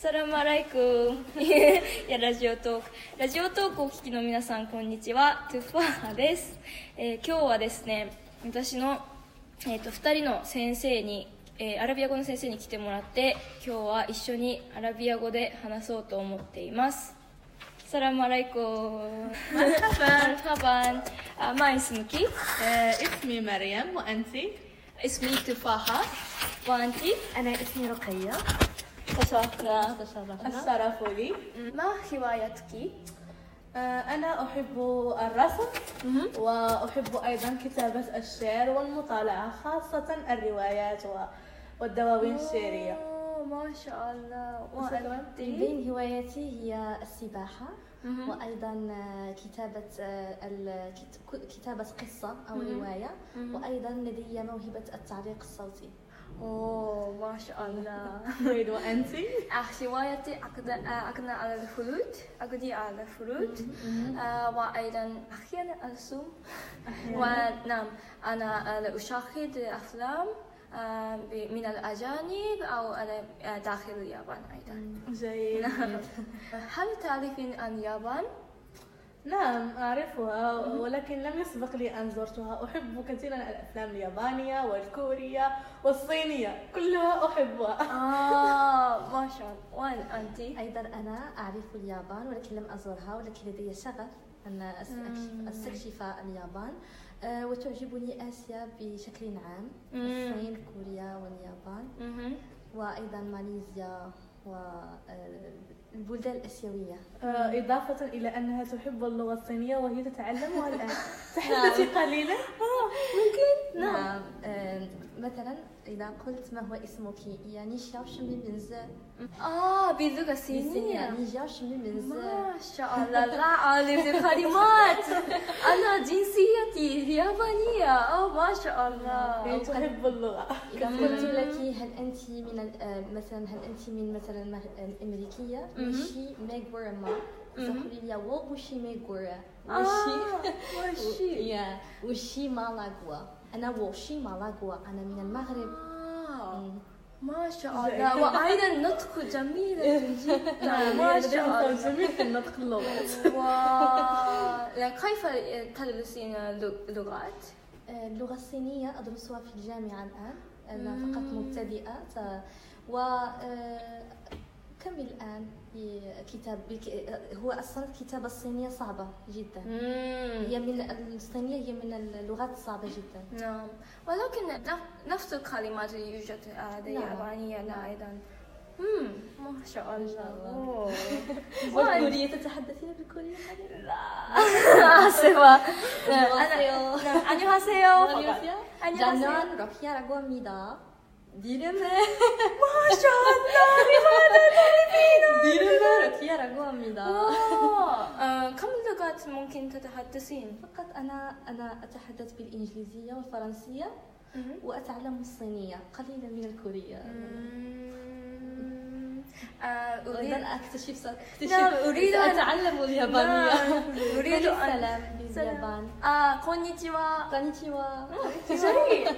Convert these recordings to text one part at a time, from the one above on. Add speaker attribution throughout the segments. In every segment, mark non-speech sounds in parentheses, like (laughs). Speaker 1: サラマライク (laughs) ンいやラジオトークラジオトークをお聞きの皆さんこんにちはトゥファーハです、えー今日はですね私の、えー、と2人の先生に、えーアラビア語の先生に来てもらって今日は一緒にアラビア語で話そうと思っていますサラマライクンマル (laughs) ハバンあマイスムキ
Speaker 2: آه، اسمي مريم وانت
Speaker 1: اسمي تفاحة وانتي
Speaker 3: أنا اسمي رقية
Speaker 1: تشاكرا
Speaker 3: تشرفنا
Speaker 2: الشرف لي
Speaker 3: ما هوايتك؟
Speaker 2: آه، انا احب الرسم واحب ايضا كتابه الشعر والمطالعه خاصه الروايات و- والدواوين الشعريه
Speaker 3: أوه، ما شاء الله وأنت؟
Speaker 4: بين هواياتي هي السباحة
Speaker 1: مهم.
Speaker 4: وأيضا آه، كتابة آه، ال- كت- ك- كتابة قصة أو رواية وأيضا لدي موهبة التعليق الصوتي
Speaker 3: أوه ما شاء الله
Speaker 2: أريد وانت
Speaker 3: أخ، هوايتي أقد- أقنع على الفلوت أقضي على الفلوت آه، وأيضا أحيانا أرسم ونعم أنا آه، أشاهد أفلام آه، ب- من الأجانب أو أنا آه، داخل اليابان أيضا
Speaker 2: جيد
Speaker 3: هل تعرفين عن اليابان؟
Speaker 2: نعم أعرفها ولكن لم يسبق لي أن زرتها أحب كثيرا الأفلام اليابانية والكورية والصينية كلها
Speaker 3: (laughs)
Speaker 2: أحبها
Speaker 3: آه ما شاء الله وأنت؟
Speaker 4: أيضا أنا أعرف اليابان ولكن لم أزورها ولكن لدي شغف أن أس- أكشف- أستكشف اليابان آه، وتعجبني آسيا بشكل عام الصين كوريا واليابان
Speaker 3: Mhm.
Speaker 1: مهم.
Speaker 4: وأيضا ماليزيا والبلدان الآسيوية
Speaker 2: آه، إضافة إلى أنها تحب اللغة الصينية وهي تتعلمها الآن تحدثي قليلا
Speaker 4: نعم آه، مثلا إذا قلت ما هو اسمك يعني شاو شمي منز
Speaker 3: آه بلغة صينية
Speaker 4: يعني جاو شمي منز
Speaker 3: ما شاء الله لا (laughs) أعرف الكلمات أنا جنسيتي يابانية آه ما شاء الله
Speaker 2: هي تحب اللغة
Speaker 4: إذا قلت لك هل أنت من ال- آه، مثلا هل أنت من آه، مثلا المه- الأمريكية وشي ميغور ما تقولي لي وشي ميغور
Speaker 3: Ah,
Speaker 4: وشي
Speaker 3: آه، وشي
Speaker 4: يا وشي مالاغوا أنا وشي مالاغوا أنا من المغرب
Speaker 3: آه
Speaker 4: مم.
Speaker 3: ما شاء الله وأيضا نطق جميل جدا ما شاء
Speaker 2: لديهم
Speaker 3: الله
Speaker 2: صوت جميل في النطق اللغة
Speaker 3: و- كيف تدرسين اللغات؟
Speaker 4: اللغة الصينية أدرسها في الجامعة الآن أنا فقط مبتدئة ف... و آه، كمل الآن بكتاب بك... هو أصلا الكتابة الصينية صعبة جدا هي من الصينية هي من اللغات الصعبة
Speaker 3: (laughs)
Speaker 4: جدا
Speaker 3: نعم ولكن نف- نفس الكلمات يوجد لدي
Speaker 4: نعم.
Speaker 3: يابانية لا أيضا مم. ما شاء الله (laughs)
Speaker 1: أوه.
Speaker 4: والكورية تتحدثين (laughs) بالكورية
Speaker 3: آسفة
Speaker 4: أنا
Speaker 3: (laughs) 안녕하세요 فقط.
Speaker 4: جانون روحيا راغوا ميدا (laughs) ديرم
Speaker 3: ما شاء
Speaker 4: (laughs)
Speaker 3: الله
Speaker 4: ديرم روحيا راغوا ميدا
Speaker 3: آه، كم لغات ممكن تتحدثين؟
Speaker 4: فقط أنا أنا أتحدث بالإنجليزية والفرنسية
Speaker 3: مهم.
Speaker 4: وأتعلم الصينية قليلا من الكورية
Speaker 3: مم. آه،
Speaker 4: أريد
Speaker 3: أريد
Speaker 4: أن أكتشف سأكتشف
Speaker 3: نعم، أريد أن-
Speaker 4: أتعلم اليابانية
Speaker 3: نعم، (laughs) أريد أن
Speaker 4: السلام باليابان
Speaker 3: آه، كونيتشوا
Speaker 4: كونيتشوا
Speaker 3: نعم، (laughs) جميل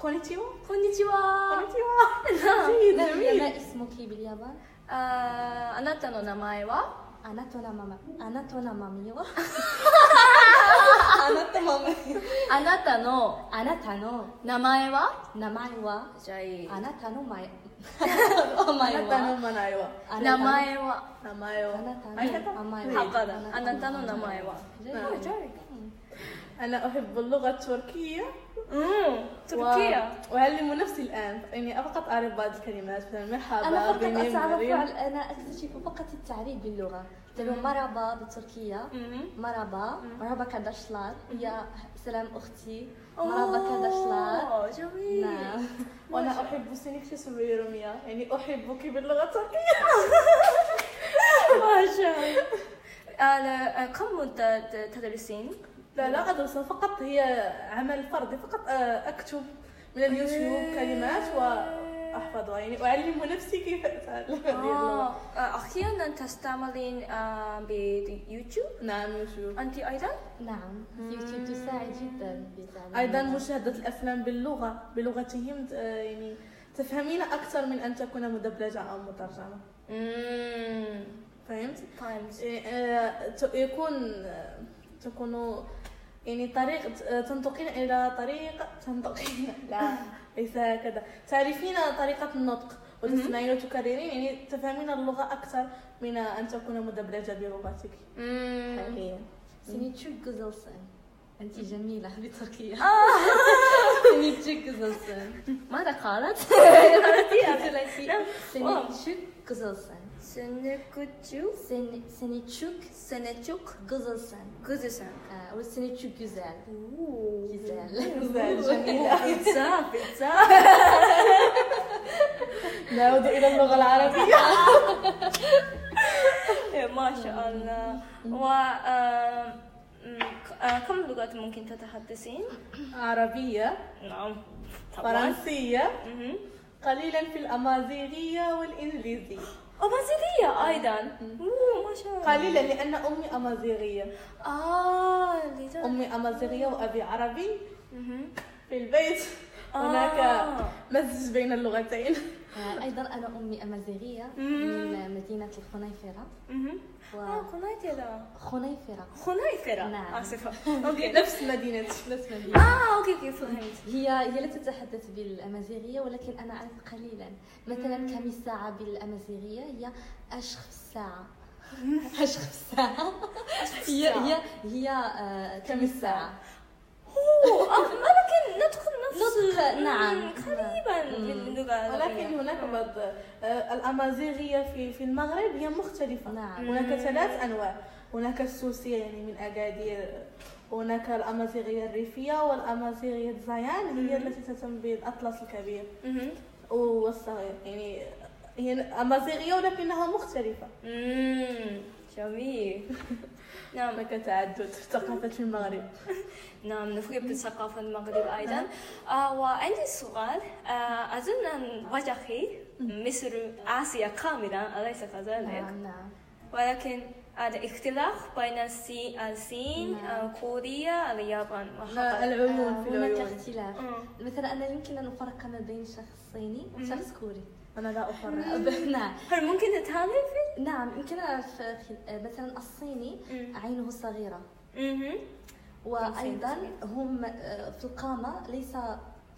Speaker 2: كونيتيوا
Speaker 3: كونيتشوا
Speaker 2: كونيتيوا جيد جميل
Speaker 4: ما اسمك باليابان؟
Speaker 3: あーあなたの名前は
Speaker 4: أنا تونا ماما أنا تونا مامي أنا تمامي
Speaker 3: あなたの
Speaker 4: أنا تانو
Speaker 3: 名前は
Speaker 4: نماي وا
Speaker 3: じゃあいい
Speaker 4: أنا تانو ماي
Speaker 2: あ
Speaker 4: ماي
Speaker 2: なたの名前は
Speaker 4: أنا
Speaker 3: 名
Speaker 4: تانو-
Speaker 3: 前は
Speaker 2: 名前は
Speaker 4: أنا
Speaker 2: ありが
Speaker 4: تانو
Speaker 2: とう
Speaker 4: أماي
Speaker 3: パパだ
Speaker 4: أنا
Speaker 3: あなたの名前は
Speaker 2: نعم.
Speaker 3: じゃあいい
Speaker 2: أنا أحب اللغة التركية
Speaker 3: うんトルキア
Speaker 2: وأعلم نفسي الآن فإني فقط أعرف بعض الكلمات مثلا
Speaker 4: انا
Speaker 2: مرحبا
Speaker 4: فقط
Speaker 2: بني
Speaker 4: اتعرف
Speaker 2: مريم
Speaker 4: على انا اكتشف فقط التعريب باللغه تقول مرحبا بالتركيه مرحبا مرحبا كارداشلار يا سلام اختي مرحبا كارداشلار
Speaker 3: おージョビー
Speaker 4: نعم
Speaker 2: وأنا أحب سينيكشي سوبيروميا يعني أحبك باللغة التركية
Speaker 3: マジあのカムタタドルシン
Speaker 2: لا لا أدرس فقط هي عمل فردي فقط آه، أكتب من اليوتيوب كلمات وأحفظها يعني أعلم نفسي كيف أفعل
Speaker 3: (laughs)
Speaker 2: هذه
Speaker 3: آه.
Speaker 2: اللغة
Speaker 3: あアヒアナタスタマリンあビデ YouTube
Speaker 2: نعم يوتيوب
Speaker 3: アンティアイダ
Speaker 4: نعم يوتيوب تساعد جدا بتعليم
Speaker 2: أيضا
Speaker 4: اللغة.
Speaker 2: مشاهدة الأفلام باللغة بلغتهم آه، يعني تفهمين أكثر من أن تكون مدبلجة أو مترجمة
Speaker 3: Mm.
Speaker 2: فهمت؟
Speaker 3: Times.
Speaker 2: إيه، آه، ت- يكون آه، تكون يعني طريق آه، تنطقين إلى طريق تنطقين (laughs) لا ليس هكذا تعرفين طريقة النطق وتسمعين وتكررين يعني تفهمين اللغة أكثر من أن تكون مدبلجة بلغتك
Speaker 3: Mm.
Speaker 2: حاليا
Speaker 4: سيني تشوك غزلسان انت جميله بتركيا (laughs) سيني تشوك غزلسان
Speaker 5: ماذا قالت؟
Speaker 4: سيني تشوك غزلسان
Speaker 3: Senekuchu.
Speaker 4: سيني- سيني تشوك
Speaker 3: Senechuk.
Speaker 4: غزلسان
Speaker 3: Guzusan.
Speaker 4: آه، او سيني تشوك جزال
Speaker 3: Ooh.
Speaker 4: جزال
Speaker 2: زال، جميلة
Speaker 4: (laughs) آه،
Speaker 3: It's up, it's up.
Speaker 2: نعود إلى اللغة العربية
Speaker 3: ما شاء الله. و آه، م- آه، كم لغات ممكن تتحدثين؟
Speaker 2: عربية
Speaker 3: نعم طبعا.
Speaker 2: فرنسية
Speaker 3: مهم.
Speaker 2: قليلا في الأمازيغية والإنجليزية
Speaker 3: أمازيغية أيضا. أوه ما شاء الله.
Speaker 2: قليلا لأن أمي أمازيغية
Speaker 3: آه لذا.
Speaker 2: أمي أمازيغية وأبي عربي
Speaker 3: مهم.
Speaker 2: في البيت
Speaker 3: آه.
Speaker 2: هناك مزج بين اللغتين
Speaker 4: آه، ايضا انا امي امازيغيه
Speaker 3: مم.
Speaker 4: من مدينه الخنيفره
Speaker 3: مهم.
Speaker 4: و-
Speaker 3: آه كونايتيلا.
Speaker 4: خنيفره
Speaker 3: خنايفرة
Speaker 4: نعم. (laughs)
Speaker 3: آسفة آه، أوكي
Speaker 2: (laughs) نفس مدينتي
Speaker 4: بالنسبه لي
Speaker 3: آه أوكي أوكي فهمت
Speaker 4: هي هي لا تتحدث بالامازيغيه ولكن انا اعرف قليلا مثلا كم الساعه بالامازيغيه هي اشخ في (laughs) الساعه اشخ في الساعه هي هي هي آه، كم الساعه
Speaker 3: أوه آه، ولكن ندخل نفس
Speaker 4: نطق نعم
Speaker 3: مم، قريبا
Speaker 4: مم.
Speaker 3: من اللغة
Speaker 2: ولكن هناك بعض آه، الامازيغيه في في المغرب هي مختلفه
Speaker 4: نعم.
Speaker 2: هناك ثلاث انواع هناك السوسيه يعني من اكادير هناك الامازيغيه الريفيه والامازيغيه زيان هي التي تهتم بالاطلس الكبير
Speaker 3: مهم.
Speaker 2: والصغير يعني هي امازيغيه ولكنها مختلفه
Speaker 3: مم،
Speaker 4: (laughs)
Speaker 3: جميل نعم
Speaker 2: هناك تعدد ثقافه المغرب
Speaker 3: نعم نفهم بالثقافة المغرب أيضا آه وعندي سؤال آه أظن أن وجهي مثل آسيا كاملا أليس كذلك؟
Speaker 4: نعم نعم
Speaker 3: ولكن الاختلاف بين الصين الصين
Speaker 4: نعم.
Speaker 3: آه، كوريا اليابان
Speaker 2: آه،
Speaker 3: وهكذا
Speaker 2: العيون
Speaker 4: آه،
Speaker 2: في
Speaker 4: هناك
Speaker 2: العيون
Speaker 4: اختلاف
Speaker 3: مم.
Speaker 4: مثلا انا يمكن ان افرق ما بين شخص صيني وشخص كوري (laughs)
Speaker 2: انا لا افرق
Speaker 4: نعم
Speaker 3: هل ممكن تتعلم في؟
Speaker 4: نعم يمكن اعرف خل- مثلا الصيني
Speaker 3: مم.
Speaker 4: عينه صغيره
Speaker 3: مهم.
Speaker 4: وايضا هم آه، في القامه ليس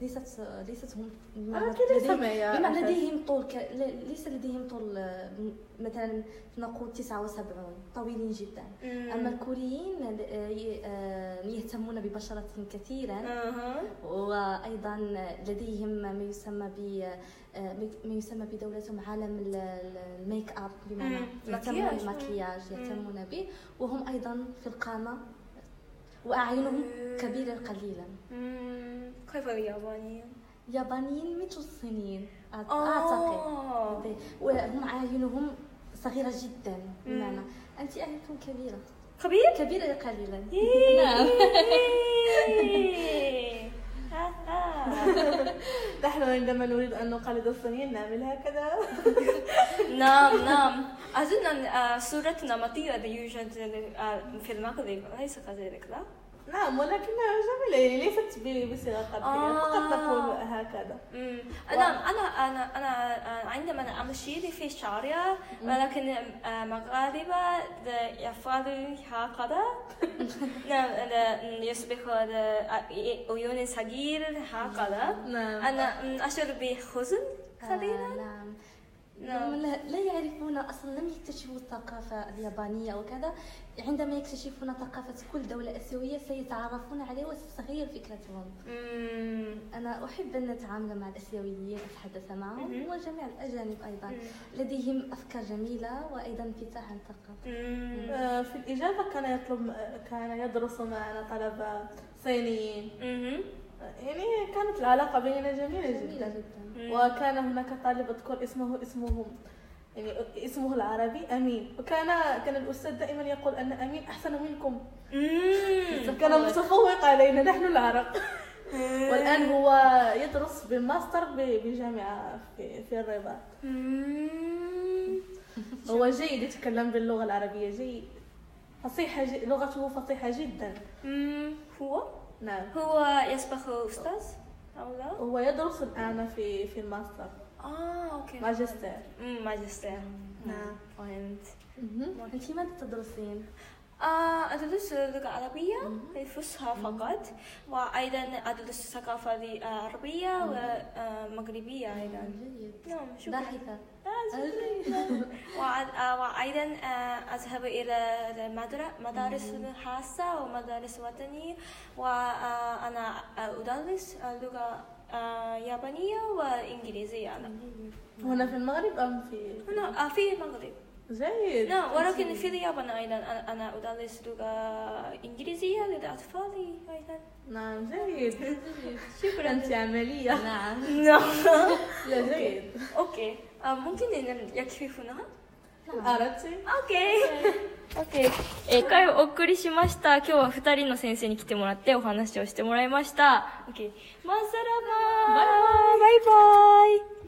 Speaker 4: ليست ليست هم بمعنى
Speaker 2: أكيد ليس
Speaker 4: لديهم-
Speaker 2: معي
Speaker 4: بمعنى
Speaker 2: أحد.
Speaker 4: لديهم طول ك... ل- ليس لديهم طول آه، م- مثلا نقول 79 طويلين جدا
Speaker 3: مم.
Speaker 4: اما الكوريين آه، ي- آه، يهتمون ببشرتهم كثيرا
Speaker 3: أها.
Speaker 4: وايضا لديهم ما يسمى ب ما يسمى بدولتهم عالم ال- ال- الميك اب بمعنى
Speaker 3: مم.
Speaker 4: يهتمون
Speaker 3: مكياج.
Speaker 4: بالمكياج يهتمون به وهم ايضا في القامه واعينهم
Speaker 3: آه.
Speaker 4: كبيره قليلا
Speaker 3: مم. كيف اليابانية؟
Speaker 4: يابانيين مثل الصينيين أع- اعتقد
Speaker 3: آه.
Speaker 4: وهم اعينهم صغيره جدا بمعنى انت اعينكم كبيره
Speaker 3: خبير؟
Speaker 4: كبيره قليلا
Speaker 3: إيه.
Speaker 4: (laughs) نعم
Speaker 3: إيه. آه، آه.
Speaker 2: نحن عندما نريد ان نقلد الصينيين نعمل هكذا
Speaker 3: نعم نعم أظن أن آه، صورة نمطية لا يوجد آه، في المغرب أليس كذلك لا؟
Speaker 2: نعم ولكنها جميلة يعني ليست ب- بصيغة قبلية
Speaker 3: آه.
Speaker 2: فقط نقول هكذا
Speaker 3: مم. أنا أنا أنا أنا آه، عندما أمشي في الشارع ولكن آه، مغاربة يفعلوا (laughs) هكذا نعم أنا يصبح آه، عيون صغير هكذا
Speaker 2: نعم
Speaker 3: أنا أشعر بحزن قليلا
Speaker 4: آه، نعم
Speaker 3: نعم.
Speaker 4: هم لا لا يعرفون اصلا لم يكتشفوا الثقافه اليابانيه وكذا عندما يكتشفون ثقافه كل دوله اسيويه سيتعرفون عليه وستتغير فكرتهم
Speaker 3: مم.
Speaker 4: انا احب ان اتعامل مع الاسيويين اتحدث معهم وجميع الاجانب ايضا لديهم افكار جميله وايضا انفتاح على الثقافه
Speaker 3: مم.
Speaker 2: آه، في الإجابة كان يطلب كان يدرس معنا طلبة صينيين
Speaker 3: مهم.
Speaker 2: آه، يعني كانت العلاقة بيننا جميلة
Speaker 4: جميله
Speaker 2: جدا
Speaker 4: جدا
Speaker 3: مم.
Speaker 2: وكان هناك طالب أذكر اسمه اسمه يعني اسمه العربي أمين وكان كان الأستاذ دائما يقول أن أمين أحسن منكم
Speaker 3: (laughs) مم.
Speaker 2: كان متفوق علينا نحن العرب والآن هو يدرس بالماستر ب- بجامعة في, في الرباط
Speaker 3: مم.
Speaker 2: هو جيد يتكلم باللغة العربية جيد فصيحة جي... لغته فصيحة جدا
Speaker 3: mm, مم. هو
Speaker 2: نعم
Speaker 3: e هو يصبح أستاذ؟ او لا
Speaker 2: هو يدرس الآن في في الماستر
Speaker 3: اه اوكي
Speaker 2: ماجستير
Speaker 3: امم ماجستير نعم فهمت
Speaker 4: انت ماذا تدرسين
Speaker 3: آه، أدرس اللغة العربية الفصحى فقط وأيضا أدرس الثقافة العربية eh, والمغربية أيضا
Speaker 4: جيد
Speaker 3: نعم شكرا
Speaker 4: باحثه
Speaker 3: وع- آه، وأيضا آه، أذهب إلى المدر- مدارس خاصة ومدارس وطنية وأنا آه، أدرس اللغة آه، يابانية وإنجليزية أنا
Speaker 2: هنا في المغرب أم في
Speaker 3: هنا آه، في المغرب
Speaker 2: جيد
Speaker 3: نعم ولكن في اليابان أيضا أنا أنا أدرس لغة إنجليزية للأطفال أيضا
Speaker 2: نعم جيد شكرا أنت عملية
Speaker 4: نعم
Speaker 3: نعم
Speaker 2: لا جيد
Speaker 3: (laughs) أوكي آه، ممكن أن يكفيكنا
Speaker 2: أردت
Speaker 3: オッケー。オッケー。えー、一回お送りしました。今日は二人の先生に来てもらってお話をしてもらいました。オッケー。マンサラマーバイバイ